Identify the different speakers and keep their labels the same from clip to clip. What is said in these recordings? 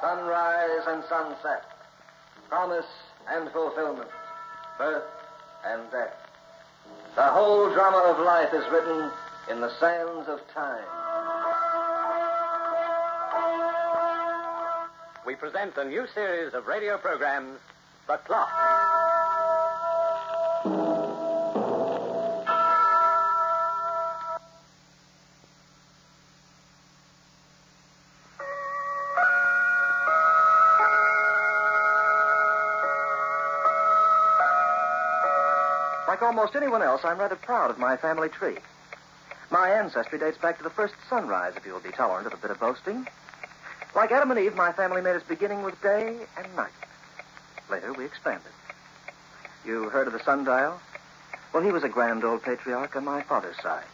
Speaker 1: sunrise and sunset, promise and fulfillment, birth and death. The whole drama of life is written in the sands of time.
Speaker 2: we present the new series of radio programs, The Clock.
Speaker 1: Like almost anyone else, I'm rather proud of my family tree. My ancestry dates back to the first sunrise, if you'll be tolerant of a bit of boasting. Like Adam and Eve, my family made its beginning with day and night. Later, we expanded. You heard of the sundial? Well, he was a grand old patriarch on my father's side.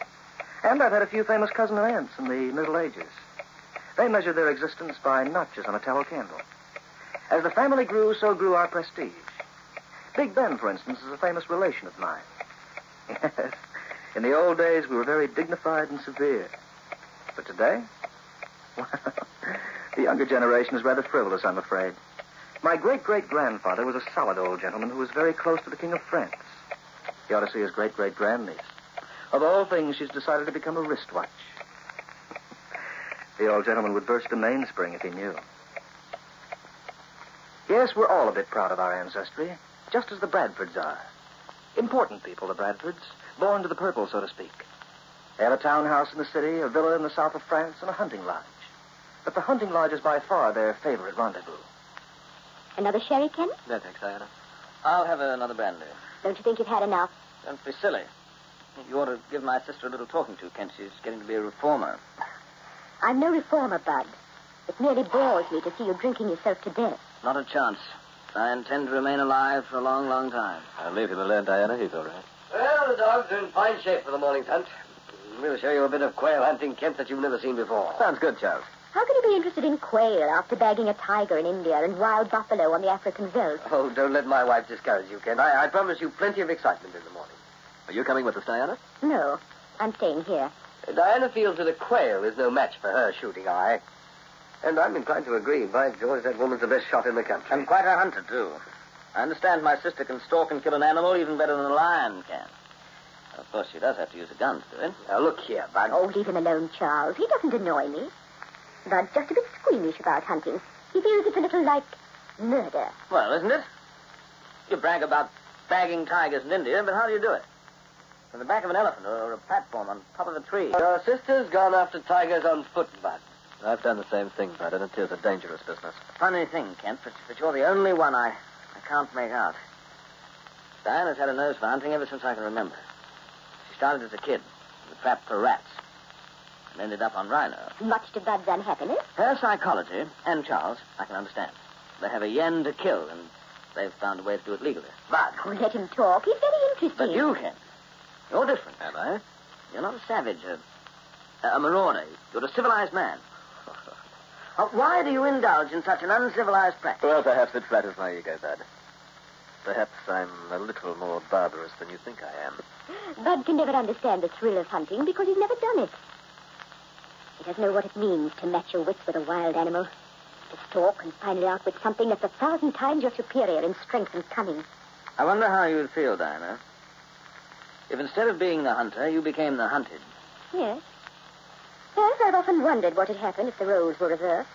Speaker 1: And I've had a few famous cousin and aunts in the Middle Ages. They measured their existence by notches on a tallow candle. As the family grew, so grew our prestige. Big Ben, for instance, is a famous relation of mine. Yes. In the old days, we were very dignified and severe. But today, well, the younger generation is rather frivolous, I'm afraid. My great great grandfather was a solid old gentleman who was very close to the King of France. You ought to see his great great grandniece. Of all things, she's decided to become a wristwatch. the old gentleman would burst a mainspring if he knew. Yes, we're all a bit proud of our ancestry, just as the Bradfords are. Important people, the Bradfords, born to the purple, so to speak. They have a townhouse in the city, a villa in the south of France, and a hunting lodge. But the hunting lodge is by far their favorite rendezvous.
Speaker 3: Another sherry, Ken?
Speaker 4: No, thanks, Diana. I'll have another brandy.
Speaker 3: Don't you think you've had enough?
Speaker 4: Don't be silly. You ought to give my sister a little talking to, Kent. She's getting to be a reformer.
Speaker 3: I'm no reformer, Bud. It merely bores me to see you drinking yourself to death.
Speaker 4: Not a chance. I intend to remain alive for a long, long time.
Speaker 2: I'll leave him alone, Diana. He's all right.
Speaker 4: Well, the dog's are in fine shape for the morning's hunt. We'll show you a bit of quail hunting, Kent, that you've never seen before.
Speaker 2: Sounds good, Charles.
Speaker 3: How can you be interested in quail after bagging a tiger in India and wild buffalo on the African veldt?
Speaker 4: Oh, don't let my wife discourage you, Kent. I, I promise you plenty of excitement in the morning.
Speaker 2: Are you coming with us, Diana?
Speaker 3: No, I'm staying here.
Speaker 4: Diana feels that a quail is no match for her shooting eye. And I'm inclined to agree. By George, that woman's the best shot in the country. And quite a hunter, too. I understand my sister can stalk and kill an animal even better than a lion can. Of course, she does have to use a gun to do it. Now, look here, Bud.
Speaker 3: Oh, leave him alone, Charles. He doesn't annoy me. Bud's just a bit squeamish about hunting. He feels it's a little like murder.
Speaker 4: Well, isn't it? You brag about bagging tigers in India, but how do you do it? From the back of an elephant or a platform on top of a tree. Your sister's gone after tigers on foot, Bud.
Speaker 2: I've done the same thing, Bud, and it is a dangerous business.
Speaker 4: Funny thing, Kent, but, but you're the only one I, I can't make out. Diana's had a nose for hunting ever since I can remember. She started as a kid, with a trap for rats, and ended up on rhino.
Speaker 3: Much to Bud's unhappiness.
Speaker 4: Her psychology, and Charles, I can understand. They have a yen to kill, and they've found a way to do it legally. But,
Speaker 3: Oh, let him talk. He's very interesting.
Speaker 4: but you, Kent, you're different.
Speaker 2: Am I?
Speaker 4: You're not a savage, a, a marauder. You're a civilized man. Uh, Why do you indulge in such an uncivilized practice?
Speaker 2: Well, perhaps it flatters my ego, Bud. Perhaps I'm a little more barbarous than you think I am.
Speaker 3: Bud can never understand the thrill of hunting because he's never done it. He doesn't know what it means to match your wits with a wild animal, to stalk and finally outwit something that's a thousand times your superior in strength and cunning.
Speaker 4: I wonder how you'd feel, Diana, if instead of being the hunter, you became the hunted.
Speaker 3: Yes. Yes, I've often wondered what had happened if the roles were reversed,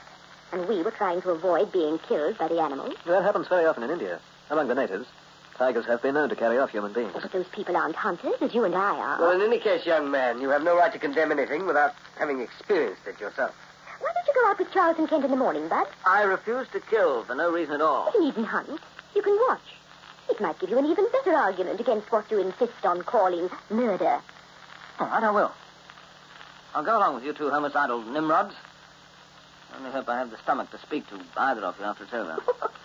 Speaker 3: and we were trying to avoid being killed by the animals.
Speaker 2: That happens very often in India, among the natives. Tigers have been known to carry off human beings.
Speaker 3: But those people aren't hunters, as you and I are.
Speaker 4: in any case, young man, you have no right to condemn anything without having experienced it yourself.
Speaker 3: Why don't you go out with Charles and Kent in the morning, Bud?
Speaker 4: I refuse to kill for no reason at all.
Speaker 3: You needn't hunt. You can watch. It might give you an even better argument against what you insist on calling murder.
Speaker 4: All right, I will. I'll go along with you two homicidal nimrods. I only hope I have the stomach to speak to either of you after it's over.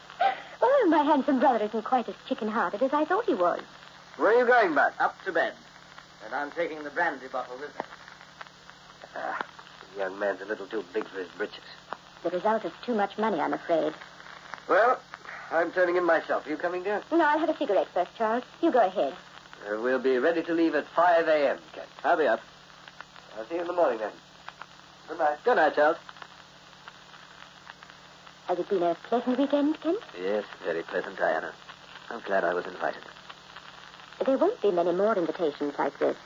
Speaker 3: oh, my handsome brother isn't quite as chicken-hearted as I thought he was.
Speaker 4: Where are you going, Bud? Up to bed. And I'm taking the brandy bottle with me. Ah, the young man's a little too big for his britches.
Speaker 3: The result is too much money, I'm afraid.
Speaker 4: Well, I'm turning in myself. Are you coming down?
Speaker 3: No, I'll have a cigarette first, Charles. You go ahead.
Speaker 4: Uh, we'll be ready to leave at 5 a.m., Kent.
Speaker 2: I'll be up.
Speaker 4: I'll see you in the morning, then. Good night.
Speaker 2: Good night, Charles.
Speaker 3: Has it been a pleasant weekend, Kent?
Speaker 4: Yes, very pleasant, Diana. I'm glad I was invited.
Speaker 3: There won't be many more invitations like this.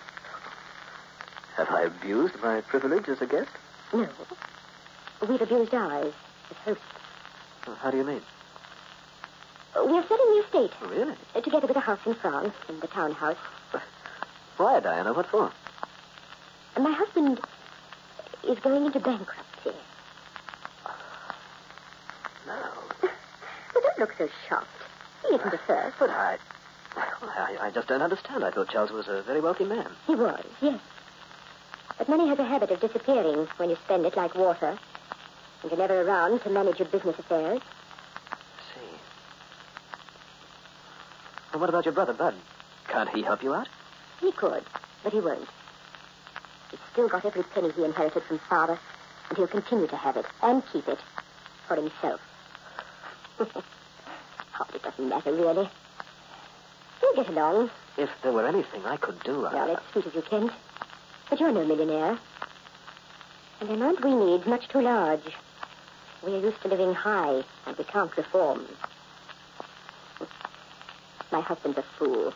Speaker 4: Have I abused my privilege as a guest?
Speaker 3: No. We've abused ours as hosts.
Speaker 4: How do you mean?
Speaker 3: We're setting the estate
Speaker 4: Oh, Really?
Speaker 3: uh, together with a house in France, in the townhouse.
Speaker 4: Why, Diana? What for?
Speaker 3: And my husband is going into bankruptcy.
Speaker 4: No.
Speaker 3: Well, don't look so shocked. He isn't the first.
Speaker 4: But I. Well, I, I just don't understand. I thought Charles was a very wealthy man.
Speaker 3: He was, yes. But money has a habit of disappearing when you spend it like water. And you're never around to manage your business affairs.
Speaker 4: see. And what about your brother, Bud? Can't he help you out?
Speaker 3: He could, but he won't. He's still got every penny he inherited from Father, and he'll continue to have it and keep it for himself. Hardly doesn't matter, really. He'll get along.
Speaker 4: If there were anything I could do, I...
Speaker 3: Well, it's sweet of you, Kent. But you're no millionaire. And the amount we need's much too large. We are used to living high, and we can't reform. My husband's a fool.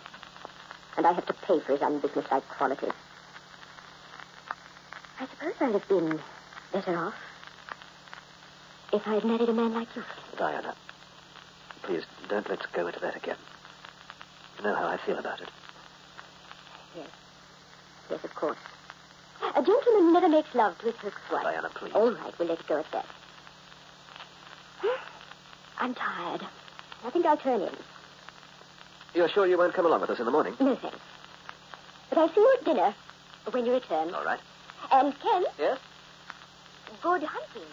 Speaker 3: And I have to pay for his unbusinesslike qualities. I suppose I'd have been better off if I had married a man like you.
Speaker 4: Diana, please don't let's go into that again. You know how I feel about it.
Speaker 3: Yes, of course. A gentleman never makes love to his ex-wife.
Speaker 4: Diana, please.
Speaker 3: All right, we'll let it go at that. I'm tired. I think I'll turn in.
Speaker 4: You're sure you won't come along with us in the morning?
Speaker 3: No thanks. But I'll see you at dinner when you return.
Speaker 4: All right.
Speaker 3: And Ken,
Speaker 4: Yes?
Speaker 3: good hunting.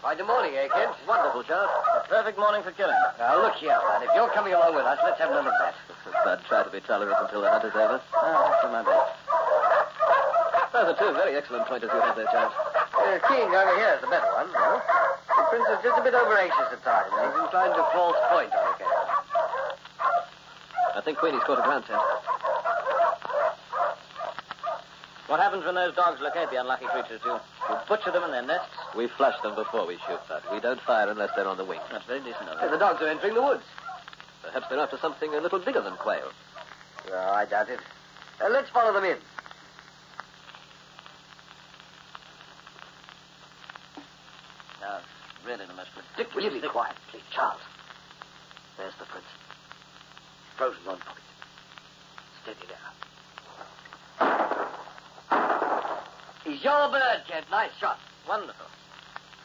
Speaker 5: Why, good morning, eh, kids?
Speaker 4: Wonderful, Charles.
Speaker 5: A perfect morning for killing. Now, look here, lad. If you're coming along with us, let's have none of that.
Speaker 4: Bud, try to be tolerant until the hunt is over.
Speaker 5: Ah, that's my best.
Speaker 4: Those are two very excellent pointers you have there, Charles.
Speaker 5: Uh, King over here is the better one, though. The prince is just a bit overanxious at times. He's inclined to false point on occasion.
Speaker 4: I think Queenie's caught a ground scent.
Speaker 5: What happens when those dogs locate the unlucky creatures, you? You butcher them in their nests.
Speaker 4: We flush them before we shoot, Bud. We don't fire unless they're on the wing.
Speaker 5: That's very decent of
Speaker 4: Hey,
Speaker 5: them.
Speaker 4: the dogs are entering the woods. Perhaps they're after something a little bigger than quail.
Speaker 5: No, I doubt it. Uh, let's follow them in. Now, really the most ridiculous
Speaker 4: Will you be
Speaker 5: thing-
Speaker 4: quiet, please, Charles? There's the prince.
Speaker 5: Frozen on pocket. Steady there. He's your bird, kid. Nice shot. Wonderful.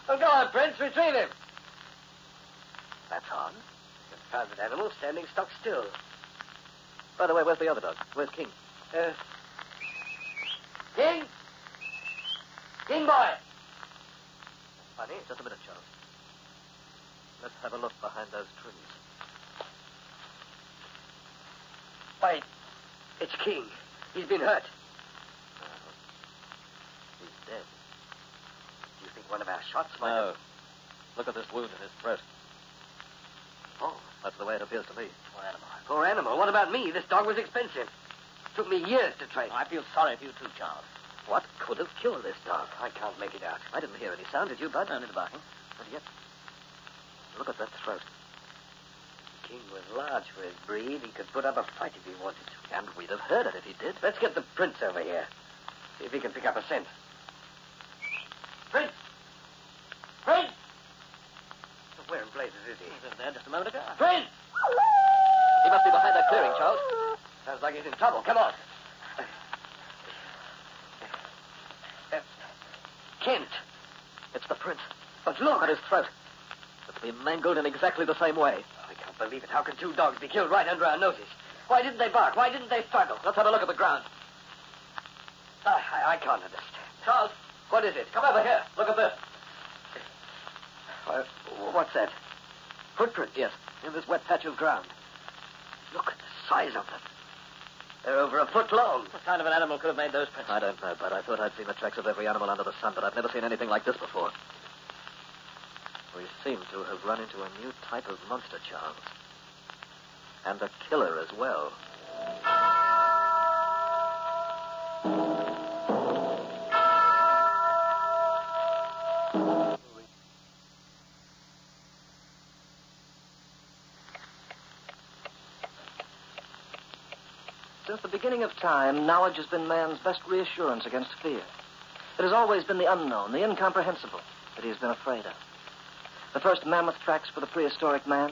Speaker 5: Well, go on, Prince. Retrieve him. That's on. Confounded animal standing stock still.
Speaker 4: By the way, where's the other dog? Where's King?
Speaker 5: Uh, King? King boy!
Speaker 4: Funny, just a minute, Charles. Let's have a look behind those trees.
Speaker 5: Why, it's King. He's been hurt.
Speaker 4: He's dead.
Speaker 5: Do you think one of our shots might
Speaker 4: No.
Speaker 5: have...
Speaker 4: Look at this wound in his throat.
Speaker 5: Oh,
Speaker 4: That's the way it appears to me.
Speaker 5: poor animal. Poor animal. What about me? This dog was expensive. Took me years to train. I feel sorry for you too, Charles.
Speaker 4: What could have killed this dog?
Speaker 5: Dog, I can't make it out.
Speaker 4: I didn't hear any sound, did you, Bud?
Speaker 5: Only the barking.
Speaker 4: But yet, look at that throat.
Speaker 5: King was large for his breed. He could put up a fight if he wanted to.
Speaker 4: And we'd have heard it if he did.
Speaker 5: Let's get the prince over here. See if he can pick up a scent. Prince! Prince! Where in blazes is he?
Speaker 4: was there just a moment ago.
Speaker 5: Prince!
Speaker 4: He must be behind that clearing, Charles.
Speaker 5: Sounds like he's in trouble. Come on. Uh, Kent.
Speaker 4: It's the prince.
Speaker 5: But look.
Speaker 4: Look at his throat. It's been mangled in exactly the same way.
Speaker 5: Oh, I can't believe it. How can two dogs be killed right under our noses? Why didn't they bark? Why didn't they struggle?
Speaker 4: Let's have a look at the ground. Ah,
Speaker 5: I, I, I can't understand. Charles, what is it? Come over here. Look at this. Uh, what's that?
Speaker 4: Footprint, yes. In this wet patch of ground.
Speaker 5: Look at the size of them. They're over a foot long. What kind of an animal could have made those prints?
Speaker 4: I don't know, but I thought I'd seen the tracks of every animal under the sun, but I've never seen anything like this before. We seem to have run into a new type of monster, Charles. And a killer as well.
Speaker 1: Since the beginning of time, knowledge has been man's best reassurance against fear. It has always been the unknown, the incomprehensible, that he has been afraid of. The first mammoth tracks for the prehistoric man,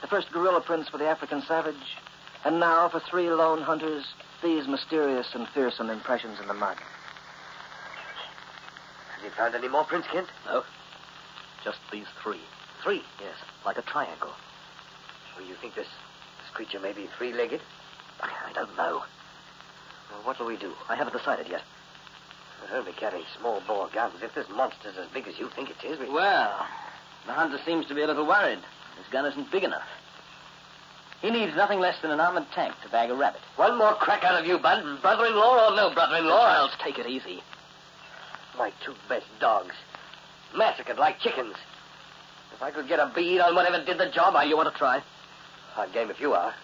Speaker 1: the first gorilla prints for the African savage, and now for three lone hunters, these mysterious and fearsome impressions in the mud.
Speaker 4: Has he found any more prints, Kent? No. Just these three. Three? Yes, like a triangle. So you think this this creature may be three-legged? I don't know. Well, what will we do? I haven't decided yet. We're only carrying small bore guns. If this monster's as big as you think it is, we...
Speaker 5: Well, the hunter seems to be a little worried. His gun isn't big enough. He needs nothing less than an armored tank to bag a rabbit.
Speaker 4: One more crack out of you, bud. Brother-in-law or no brother-in-law, I'll take it easy. My two best dogs. Massacred like chickens. If I could get a bead on whatever did the job, I... You want to try? Hard game if you are.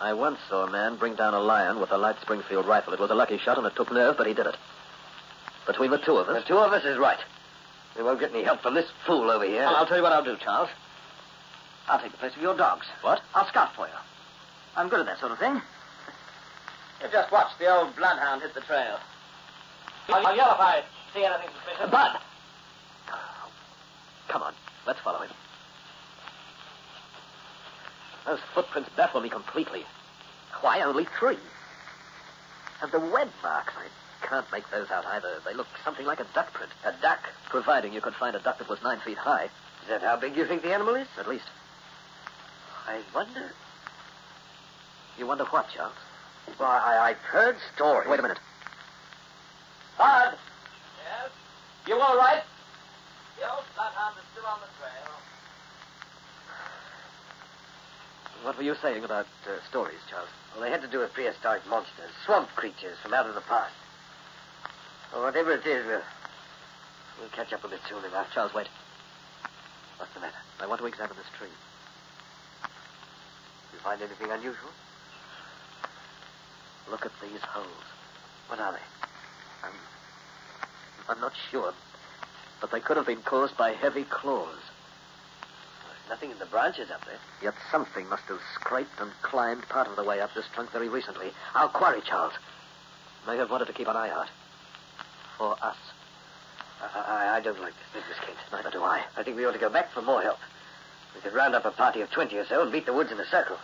Speaker 4: I once saw a man bring down a lion with a light Springfield rifle. It was a lucky shot and it took nerve, but he did it. Between the two of us... The two of us is right. We won't get any help from this fool over here.
Speaker 5: I'll, I'll tell you what I'll do, Charles. I'll take the place of your dogs.
Speaker 4: What?
Speaker 5: I'll scout for you. I'm good at that sort of thing. You just watch the old bloodhound hit the trail. I'll, I'll yell if I see anything suspicious.
Speaker 4: Bud! Come on, let's follow him. Those footprints baffle me completely. Why only three? And the web marks, I can't make those out either. They look something like a duck print. A duck? Providing you could find a duck that was nine feet high. Is that how big you think the animal is? At least. I wonder. You wonder what, Charles?
Speaker 5: Well, I, I've heard stories.
Speaker 4: Wait a minute.
Speaker 5: Bud! Yes? You all right? The old bloodhound is still on the trail.
Speaker 4: What were you saying about uh, stories, Charles?
Speaker 5: Well, they had to do with prehistoric monsters, swamp creatures from out of the past. Well, whatever it is, we'll, we'll catch up with it soon enough.
Speaker 4: Charles, wait. What's the matter? I want to examine this tree.
Speaker 5: Did you find anything unusual?
Speaker 4: Look at these holes.
Speaker 5: What are they?
Speaker 4: I'm, I'm not sure, but they could have been caused by heavy claws.
Speaker 5: There's nothing in the branches up there.
Speaker 4: Yet something must have scraped and climbed part of the way up this trunk very recently. Our quarry, Charles, may have wanted to keep an eye out. For us.
Speaker 5: I, I, I don't like this business, Kent.
Speaker 4: Neither do I.
Speaker 5: I think we ought to go back for more help. We could round up a party of 20 or so and beat the woods in a circle.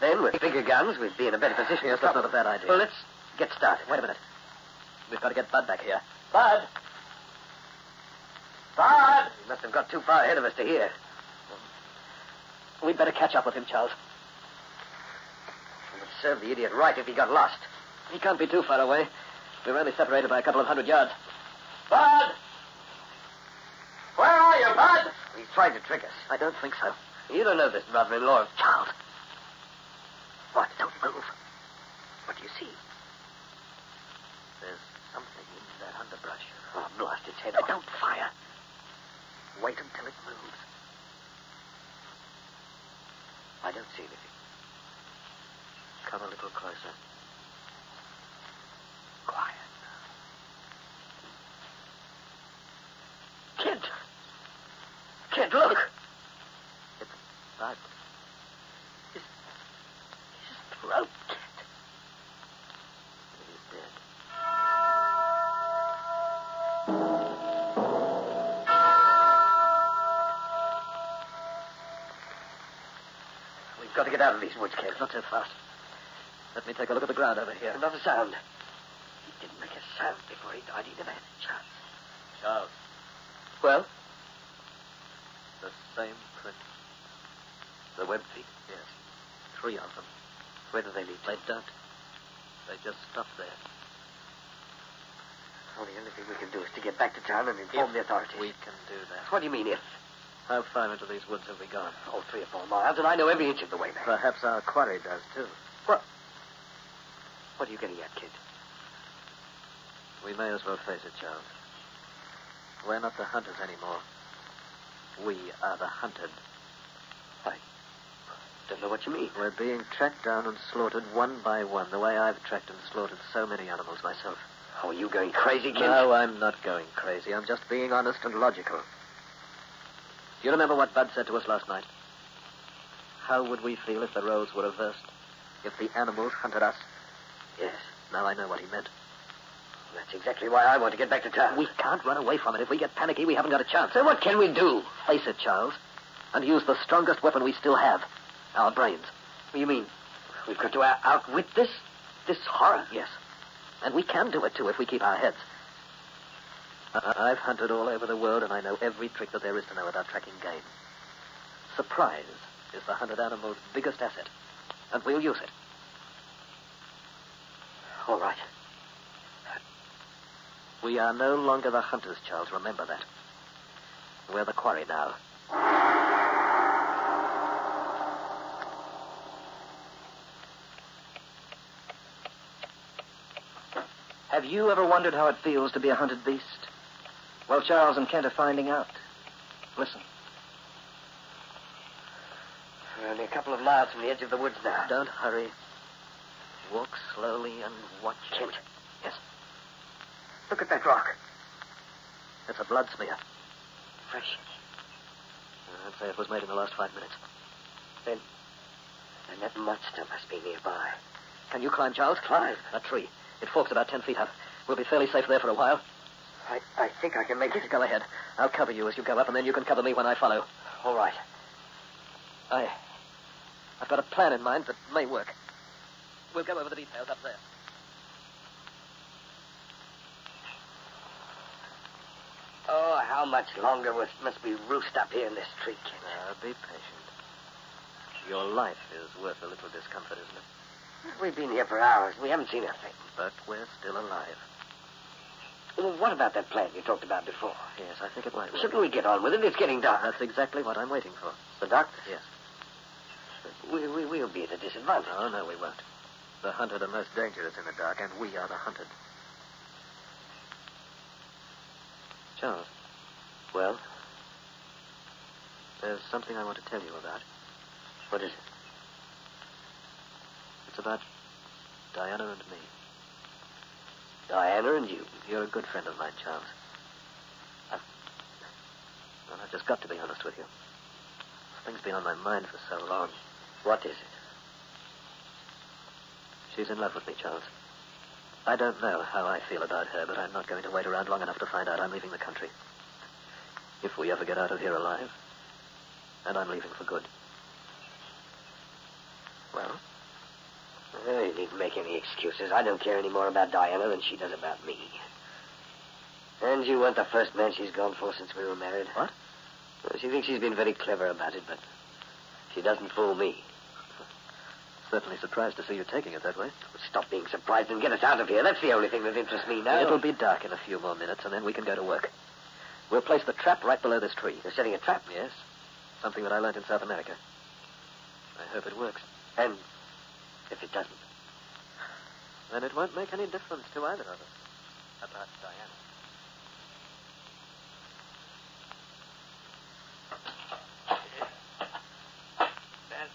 Speaker 5: Then, with bigger guns, we'd be in a better position.
Speaker 4: Yes, that's
Speaker 5: to stop
Speaker 4: not a
Speaker 5: them.
Speaker 4: bad idea.
Speaker 5: Well, let's get started.
Speaker 4: Wait a minute. We've got to get Bud back here.
Speaker 5: Bud! Bud!
Speaker 4: He must have got too far ahead of us to hear. We'd better catch up with him, Charles. It would serve the idiot right if he got lost. He can't be too far away. We're only separated by a couple of hundred yards.
Speaker 5: Bud! Where are you, Bud?
Speaker 4: He's trying to trick us. I don't think so. You don't know this brother-in-law of Charles. What? Don't move. What do you see? There's something in that underbrush. Oh, blast its head off. Don't fire. Wait until it moves. I don't see anything. Come a little closer. Quiet. Kid! Kid, look! It's Bud. His, his throat, Kid. He's dead.
Speaker 5: We've got to get out of these woods, Kent.
Speaker 4: Not so fast. Let me take a look at the ground over here.
Speaker 5: Not a sound.
Speaker 4: He didn't make a sound before he died. He never had a chance.
Speaker 5: Charles.
Speaker 4: Well? The same print. The web feet? Yes. Three of them. Where do they lead? They don't. They just stop there.
Speaker 5: Well, the only thing we can do is to get back to town and inform the authorities.
Speaker 4: We can do that.
Speaker 5: What do you mean, if?
Speaker 4: How far into these woods have we gone?
Speaker 5: Oh, three or four miles, and I know every inch of the way back.
Speaker 4: Perhaps our quarry does, too.
Speaker 5: What? What are you getting at, kid?
Speaker 4: We may as well face it, Charles. We're not the hunters anymore. We are the hunted.
Speaker 5: Don't know what you mean.
Speaker 4: We're being tracked down and slaughtered one by one, the way I've tracked and slaughtered so many animals myself.
Speaker 5: Oh, are you going crazy, kid?
Speaker 4: No, uh, I'm not going crazy. I'm just being honest and logical. Do you remember what Bud said to us last night? How would we feel if the roles were reversed? If the animals hunted us? Yes. Now I know what he meant. That's exactly why I want to get back to town. We can't run away from it. If we get panicky, we haven't got a chance. Then what can we do? Face it, Charles, and use the strongest weapon we still have our brains. What do you mean? We've got to out- outwit this? This horror? Yes. And we can do it, too, if we keep our heads. I- I've hunted all over the world, and I know every trick that there is to know about tracking game. Surprise is the hunted animal's biggest asset, and we'll use it. All right. We are no longer the hunters, Charles. Remember that. We're the quarry now. Have you ever wondered how it feels to be a hunted beast? Well, Charles and Kent are finding out. Listen. We're only a couple of miles from the edge of the woods now. Don't hurry. Walk slowly and watch. Kent. Yes. Look at that rock. It's a blood smear. Fresh. I'd say it was made in the last five minutes. Then, then that monster must be nearby. Can you climb, Charles? Climb. A tree. It forks about ten feet up. We'll be fairly safe there for a while. I, I think I can make it. Go ahead. I'll cover you as you go up, and then you can cover me when I follow. All right. I, I've got a plan in mind that may work. We'll go over the details up there. Oh, how much longer we must we roost up here in this tree, Kent? be patient. Your life is worth a little discomfort, isn't it? We've been here for hours. We haven't seen a thing. But we're still alive. Well, what about that plan you talked about before? Yes, I think it might work. Shouldn't we get on with it? It's getting dark. That's exactly what I'm waiting for. The doctor? Yes. We, we, we'll be at a disadvantage. Oh, no, we won't. The hunted are most dangerous in the dark, and we are the hunted. Charles. Well? There's something I want to tell you about. What is it? It's about Diana and me. Diana and you? You're a good friend of mine, Charles. I've, well, I've just got to be honest with you. This thing's been on my mind for so long. What is it? She's in love with me, Charles. I don't know how I feel about her, but I'm not going to wait around long enough to find out I'm leaving the country. If we ever get out of here alive, and I'm leaving for good. Well? Oh, you needn't make any excuses. I don't care any more about Diana than she does about me. And you weren't the first man she's gone for since we were married. What? she thinks she's been very clever about it, but she doesn't fool me. Certainly surprised to see you taking it that way. Stop being surprised and get us out of here. That's the only thing that interests me now. It'll be dark in a few more minutes, and then we can go to work. We'll place the trap right below this tree. You're setting a trap? Yes. Something that I learned in South America. I hope it works. And if it doesn't? Then it won't make any difference to either of us. About Diana.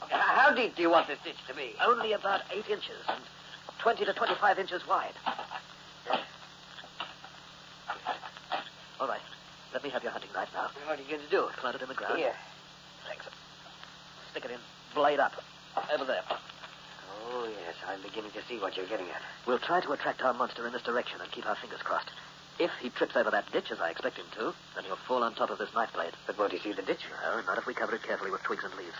Speaker 4: How deep do you want this ditch to be? Only about eight inches and 20 to 25 inches wide. All right. Let me have your hunting knife now. What are you going to do? Plant it in the ground. Here. Thanks. Stick it in. Blade up. Over there. Oh, yes, I'm beginning to see what you're getting at. We'll try to attract our monster in this direction and keep our fingers crossed. If he trips over that ditch, as I expect him to, then he'll fall on top of this knife blade. But won't he see the ditch? No, not if we cover it carefully with twigs and leaves.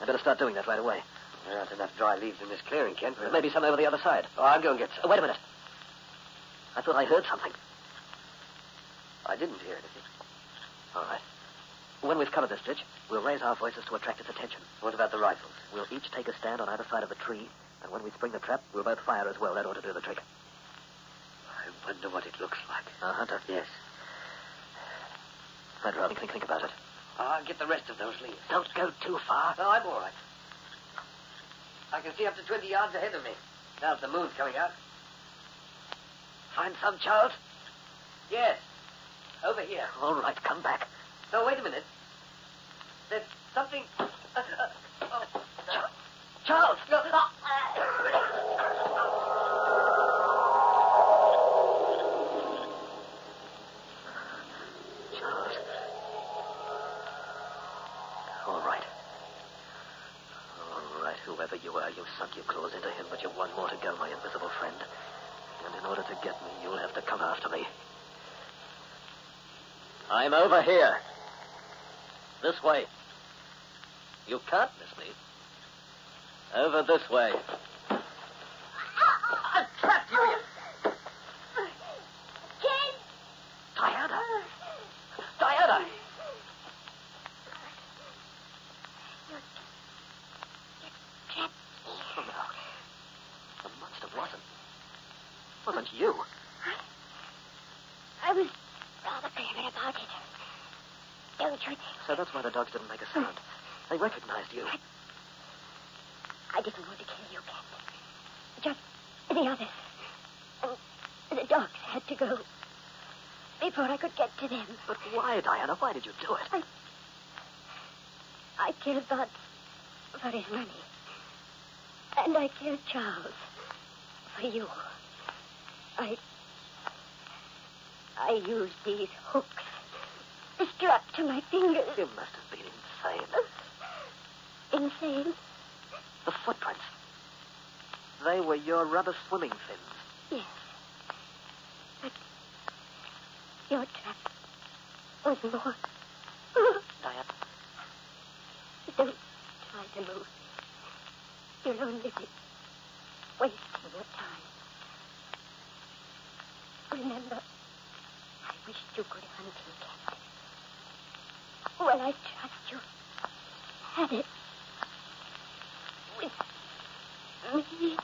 Speaker 4: I'd better start doing that right away. There aren't enough dry leaves in this clearing, Kent. There may be some over the other side. Oh, I'll go and get some. wait a minute. I thought I heard something. I didn't hear anything. All right. When we've covered this ditch, we'll raise our voices to attract its attention. What about the rifles? We'll each take a stand on either side of the tree, and when we spring the trap, we'll both fire as well. That ought to do the trick. I wonder what it looks like. A hunter? Yes. I'd rather think, think about it. I'll get the rest of those leaves. Don't go too far. No, I'm all right. I can see up to 20 yards ahead of me. Now that the moon's coming out. Find some, Charles? Yes. Over here. All right, come back. No, wait a minute. There's something. Uh, uh, oh. Charles! Charles! No, ah. Charles. All right. All right, Oh, Whoever you are, you sunk your claws into him, but you've one more to go, my invisible friend. And in order to get me, you'll have to come after me. I'm over here. This way. You can't miss me. Over this way. I've trapped you, you...
Speaker 3: Ken!
Speaker 4: Diana! Diana! Oh, no. The monster wasn't. Wasn't you.
Speaker 3: I was rather adamant about it. Don't you think?
Speaker 4: So that's why the dogs didn't make a sound. They recognized you.
Speaker 3: I didn't want to kill you, Ken. Just the others. And the dogs had to go before I could get to them.
Speaker 4: But why, Diana? Why did you do it?
Speaker 3: I killed Bud for his money. And I killed Charles for you. I. I used these hooks strapped to my fingers.
Speaker 4: You must have been insane.
Speaker 3: Insane?
Speaker 4: The footprints. They were your rubber swimming fins.
Speaker 3: Yes. But your trap was more.
Speaker 4: Diana.
Speaker 3: Don't try to move. You'll only be wasting your time. Remember, I wished you good hunting, Cat. Well, I trust you had it with me.